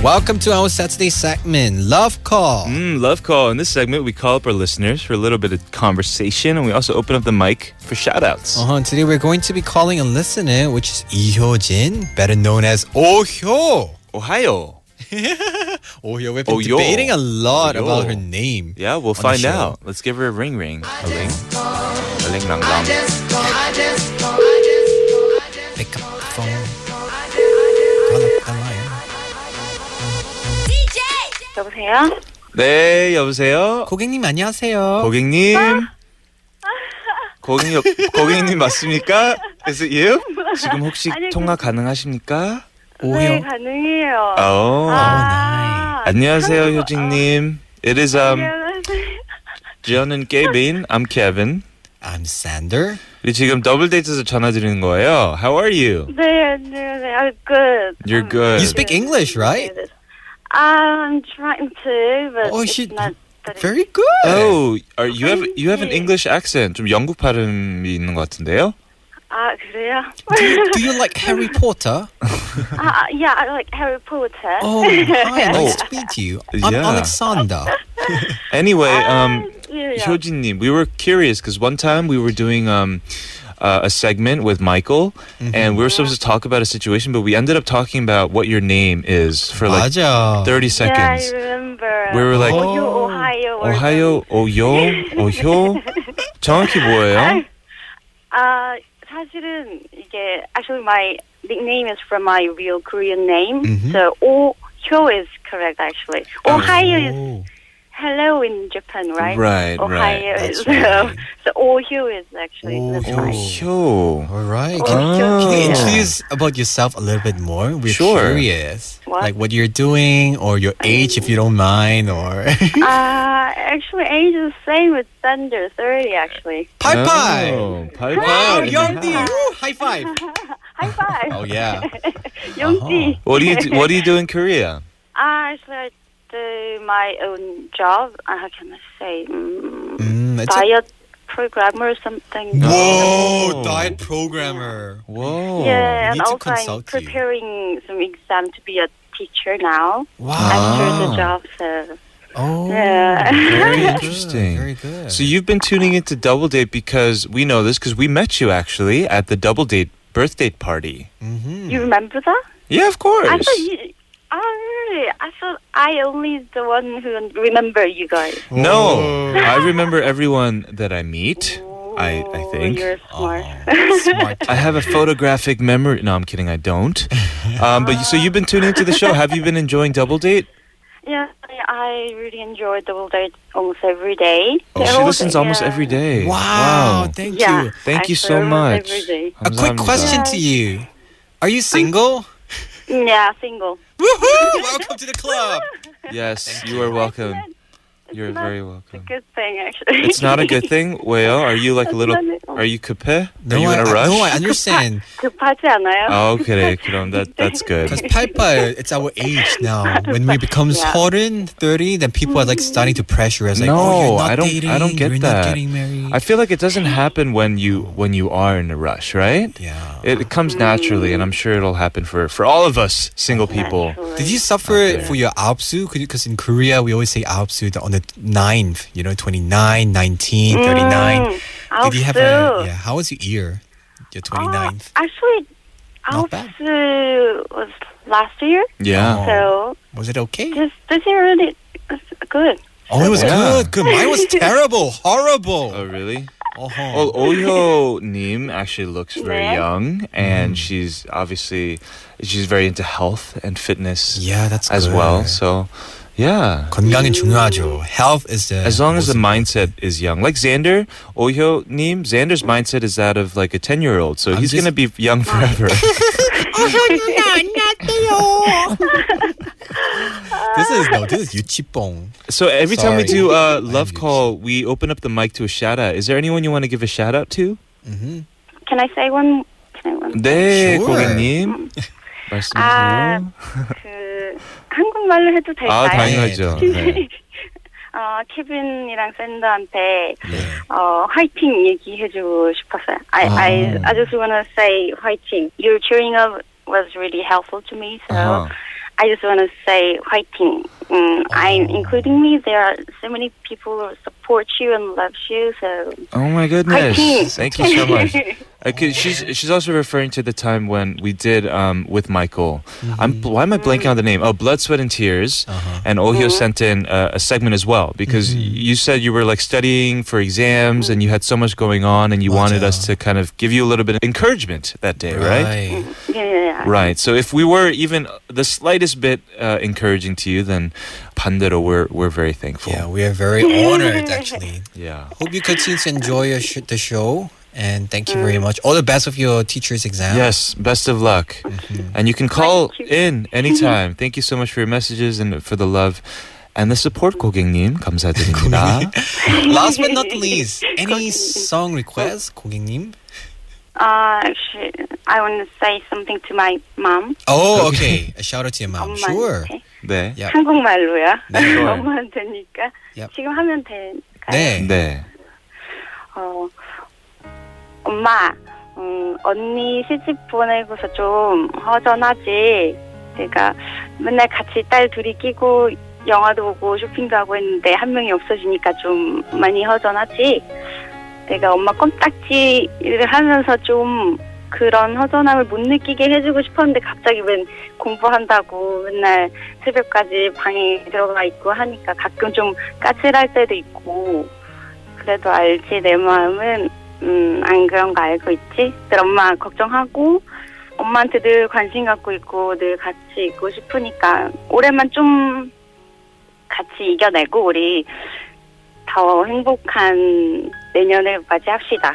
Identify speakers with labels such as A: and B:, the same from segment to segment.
A: Welcome to our Saturday segment, Love Call.
B: Mm, love call. In this segment, we call up our listeners for a little bit of conversation, and we also open up the mic for shout outs.
A: Uh-huh. Today we're going to be calling a listener, which is Ihyojin, better known as Ohyo.
B: Oh, Ohio.
A: Ohyo, we've been
B: Ohyo.
A: debating a lot
B: Ohyo.
A: about her name.
B: Yeah, we'll
A: on the
B: find
A: show.
B: out. Let's give her a ring ring. A ring? A ring lang lang.
A: Pick up the phone. Call up the line.
C: 여보세요?
B: 네, 여보세요?
A: 고객님 안녕하세요.
B: 고객님? 고객님, 고객님 맞습니까? Is it you? 지금 혹시
C: 아니, 그-
B: 통화 가능하십니까?
C: 네, 가능해요.
B: 어.
C: 아,
B: 안녕하세요, 효진님. It is, um,
C: 안녕하세요.
B: 저는 케빈, I'm Kevin.
A: I'm Sander.
B: 우리 지금 더블 데이트에서 전화 드리는 거예요. How are you?
C: 네, 안녕하세요. I'm good.
B: You're
C: I'm
B: good.
A: You speak English, right?
C: good. I'm trying to, but
A: Oh,
C: it's
A: she-
C: not very-
A: Very good.
B: Oh, are you have you have an
C: 아니지.
B: English accent. 좀 영국 발음이 있는 것 같은데요.
C: 아, 그래요?
A: Do you, do you like Harry Potter?
C: 아, 아, yeah, I like Harry Potter.
A: Oh, hi, nice
B: Oh.
A: to meet you. I'm
B: Yeah.
A: Alexander.
B: Anyway, um,
C: yeah, yeah.
B: 효진님, we were curious because one time we were doing um, uh, a segment with Michael,
A: Mm-hmm.
B: and we were supposed to talk about a situation, but we ended up talking about what your name is for like
A: 맞아.
B: thirty
C: Yeah, I
B: seconds.
C: remember.
B: We were like-
C: Ohio, Ohio. or
B: 오하요, 오요, 오효. 정확히 뭐예요?
C: 아 Uh, 사실은 이게 actually my nickname is from my real Korean name.
A: Mhm.
C: So Oh Hyo is correct actually. Ohio
A: Oh.
C: is hello in Japan, right?
B: Right,
C: Ohio
B: right.
C: is
A: that's right.
C: so Oh Hyo is actually
A: Oh,
C: that's
A: Hyo.
C: right.
B: 오효.
A: All right.
C: Oh,
A: Can, can you
B: yeah.
A: introduce about yourself a little bit more? We're
B: Sure.
A: curious.
C: What?
A: Like what you're doing or your age if you don't mind or
C: Uh, actually, age is the same with Thunder, 30 actually.
A: Pai Pai.
B: Oh, pai
A: Wow,
B: pai.
A: Youngdi. Woo, High five.
C: High five!
A: Oh yeah.
C: Youngji!
B: Uh-huh. What do you do, What do you do in Korea?
C: I actually I do my own job. Uh, how can I say? Mm,
A: Mm, it's a-
C: diet programmer or something.
A: Whoa,
B: Oh.
A: diet programmer.
B: Whoa.
C: Yeah,
A: need
C: and
A: to
C: also I'm
A: consult you.
C: preparing some exam to be a teacher now
A: Wow.
C: after
B: Ah.
C: the job. So
A: Oh.
C: Yeah.
B: Very
A: good,
B: interesting.
A: Very good.
B: So you've been tuning into Double Date because we know this because we met you actually at the Double Date birthday party. Hmm.
A: Mhm.
C: you remember that?
B: Yeah, of course.
C: I thought you. Oh really? I thought I only the one who remember you guys.
B: no, I remember everyone that I meet. I I
C: Oh,
B: think Ah,
C: you're smart.
A: Oh, smart.
B: I have a photographic memory. No, I'm kidding. I don't. Um, but you, so you've been tuning into the show. Have you been enjoying Double Date?
C: Yeah, I I really enjoy double date almost every day.
B: Oh, she
C: Yeah,
B: listens almost
C: yeah.
B: every day.
A: Wow, thank
C: Yeah.
A: you.
B: Thank you
C: Actually,
B: so much.
C: almost every day.
A: A quick
B: 감사합니다.
A: question to you. Are you single?
C: Yeah, single.
A: Woohoo! Welcome to the club.
B: Yes, you are welcome. You're
C: not
B: very
C: It's a
B: welcome.
C: good thing, actually.
B: Mm. It's not a good thing. Well, are you like a
C: It's
B: little?
C: not a-
B: Are you cape?
A: No,
B: are you
A: I,
B: in a
A: I-
B: rush?
A: no, I understand.
C: 급하지 않아요?
B: 아, 그래. 그럼 that that's good.
A: Because Paipa, it's our age now. When we become
C: Yeah.
A: 40, 30, then people are like starting to pressure us. Like, oh,
B: no,
A: you're not
B: I don't
A: dating,
B: I don't get
A: you're
B: that.
A: Not getting married.
B: I feel like it doesn't happen when you when you are in a rush, right?
A: yeah.
B: It, it comes naturally and I'm sure it'll happen for for all of us single people.
A: Did you suffer
B: Okay.
A: for your aopsu? Because in Korea, we always say aopsu the- on the 9th, you know, 29, 19, 39. Did you have a, yeah, how was your year? Your 29th?
C: Oh, actually,
A: Not bad.
C: Alpsu was last year,
B: Yeah.
C: so
A: Was it okay?
C: this this year really is good.
A: Oh, it was
B: Yeah.
A: good. Good. Mine was terrible.
B: Oh
A: Horrible.
B: really?
A: Uh-huh.
B: Well, Oyo Nim actually looks very
C: Yeah.
B: young and
A: Mm.
B: she's obviously she's very into health and fitness
A: yeah, that's
B: as
A: good.
B: well. So, yeah.
A: 건강이 중요하죠. Health is the
B: As long as the
A: most-
B: mindset is young, like Xander Oyo Nim, Xander's mindset is that of like a ten year old, so
A: I'm
B: he's
A: just-
B: gonna be young forever.
A: This is no, this is 유치뽕.
B: So every time we
A: Sorry.
B: do uh,
A: I'm
B: love
A: used
B: call, we open up the mic to a shout out. Is there anyone you want to give a shout out to?
A: Mm-hmm.
C: Can I say one? Can I one?
B: 네,
A: Sure.
B: 고객님.
C: 아,
B: 말씀해주세요.
C: 그 한국말로 해도 될까요?
B: 아, 당연하죠. 네.
C: 어, 케빈이랑 샌드한테 어, 화이팅 얘기해주고 싶었어요. I,
B: 아.
C: I, I just wanna say 화이팅. Your cheering up was really helpful to me, so
B: Uh-huh.
C: I just want to say, fighting. Mm, I'm
B: Oh.
C: including me. There are so many people who support you and love you. So
B: Oh my
C: Hiking.
B: goodness! Thank you so much. I could- Uh, she's she's also referring to the time when we did um, with Michael. I'm why am I blanking on the name? Oh, blood, sweat, and tears. And Ohio sent in uh, a segment as well because you said you were like studying for exams and you had so much going on and you wanted us to kind of give you a little bit of encouragement that day, right?
C: yeah, yeah, yeah.
B: Right. So if we were even uh, the slightest bit uh, encouraging to you, then 반대로 we're we're very thankful.
A: Yeah, we are very honored actually.
B: yeah.
A: Hope you continue to enjoy your sh- the show and thank you
C: Mm.
A: very much. All the best of your teacher's exam.
B: Yes, best of luck.
A: Mm-hmm.
B: And you can call in anytime. Thank you so much for your messages and for the love and the support, 고객님. 감사드립니다.
A: Last but not least, any song requests, 고객님?
C: Uh, actually, I want to say something to my mom.
A: Oh, okay. A shout out to your mom.
C: 엄마한테.
A: Sure.
B: 네.
A: Yeah.
C: 한국말로요.
A: 네.
C: 엄마는 되니까
A: Yep.
C: 지금 하면 될까요?
A: 네.
B: 네.
C: 어, 엄마, 음, 언니 시집 보내고서 좀 허전하지. 내가 맨날 같이 딸 둘이 끼고 영화도 보고 쇼핑도 하고 했는데 한 명이 없어지니까 좀 많이 허전하지. 내가 엄마 껌딱지를 하면서 좀 그런 허전함을 못 느끼게 해주고 싶었는데 갑자기 웬 공부한다고 맨날 새벽까지 방에 들어가 있고 하니까 가끔 좀 까칠할 때도 있고 그래도 알지 내 마음은 음, 안 그런 거 알고 있지 늘 엄마 걱정하고 엄마한테 늘 관심 갖고 있고 늘 같이 있고 싶으니까 올해만 좀 같이 이겨내고 우리 더 행복한 내년을 맞이합시다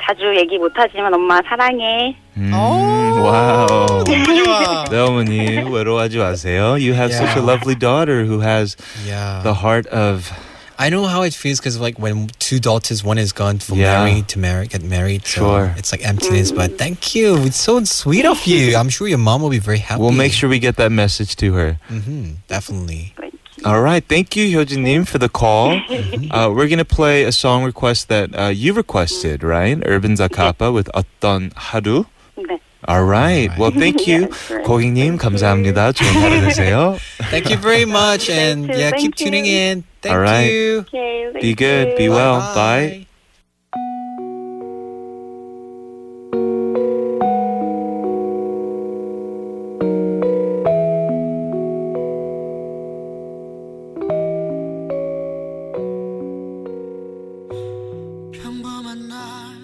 C: 자주 얘기 못하지만 엄마 사랑해
B: 음,
A: 오,
B: 와우.
A: 너무 좋아.
B: 네, 어머니. 외로워하지 마세요. You have such a
A: Yeah.
B: lovely daughter who has
A: Yeah.
B: the heart of
A: I know how it feels because like when two daughters, one is gone for
B: Yeah.
A: married to marry, get married. So
B: Sure.
A: It's like emptiness, but thank you. It's so sweet of you. I'm sure your mom will be very happy.
B: We'll make sure we get that message to her.
A: hmm definitely.
C: 네.
B: All right. Thank you, Hyojin-nim, for the call. uh, we're going to play a song request that uh, you requested, right? Urban Zakapa with 어떤 하루.
C: 네.
B: All right. Well, thank you.
C: Yes, right.
B: 고객님, 감사합니다. 좋은 하루 되세요.
A: Thank you very much, and
C: you,
A: yeah,
C: thank
A: keep tuning
C: you.
A: in. Thank
B: All right.
A: you.
C: Okay, thank
B: Be good, be
C: you.
B: well.
A: Bye-bye.
B: Bye.
D: 평범한 날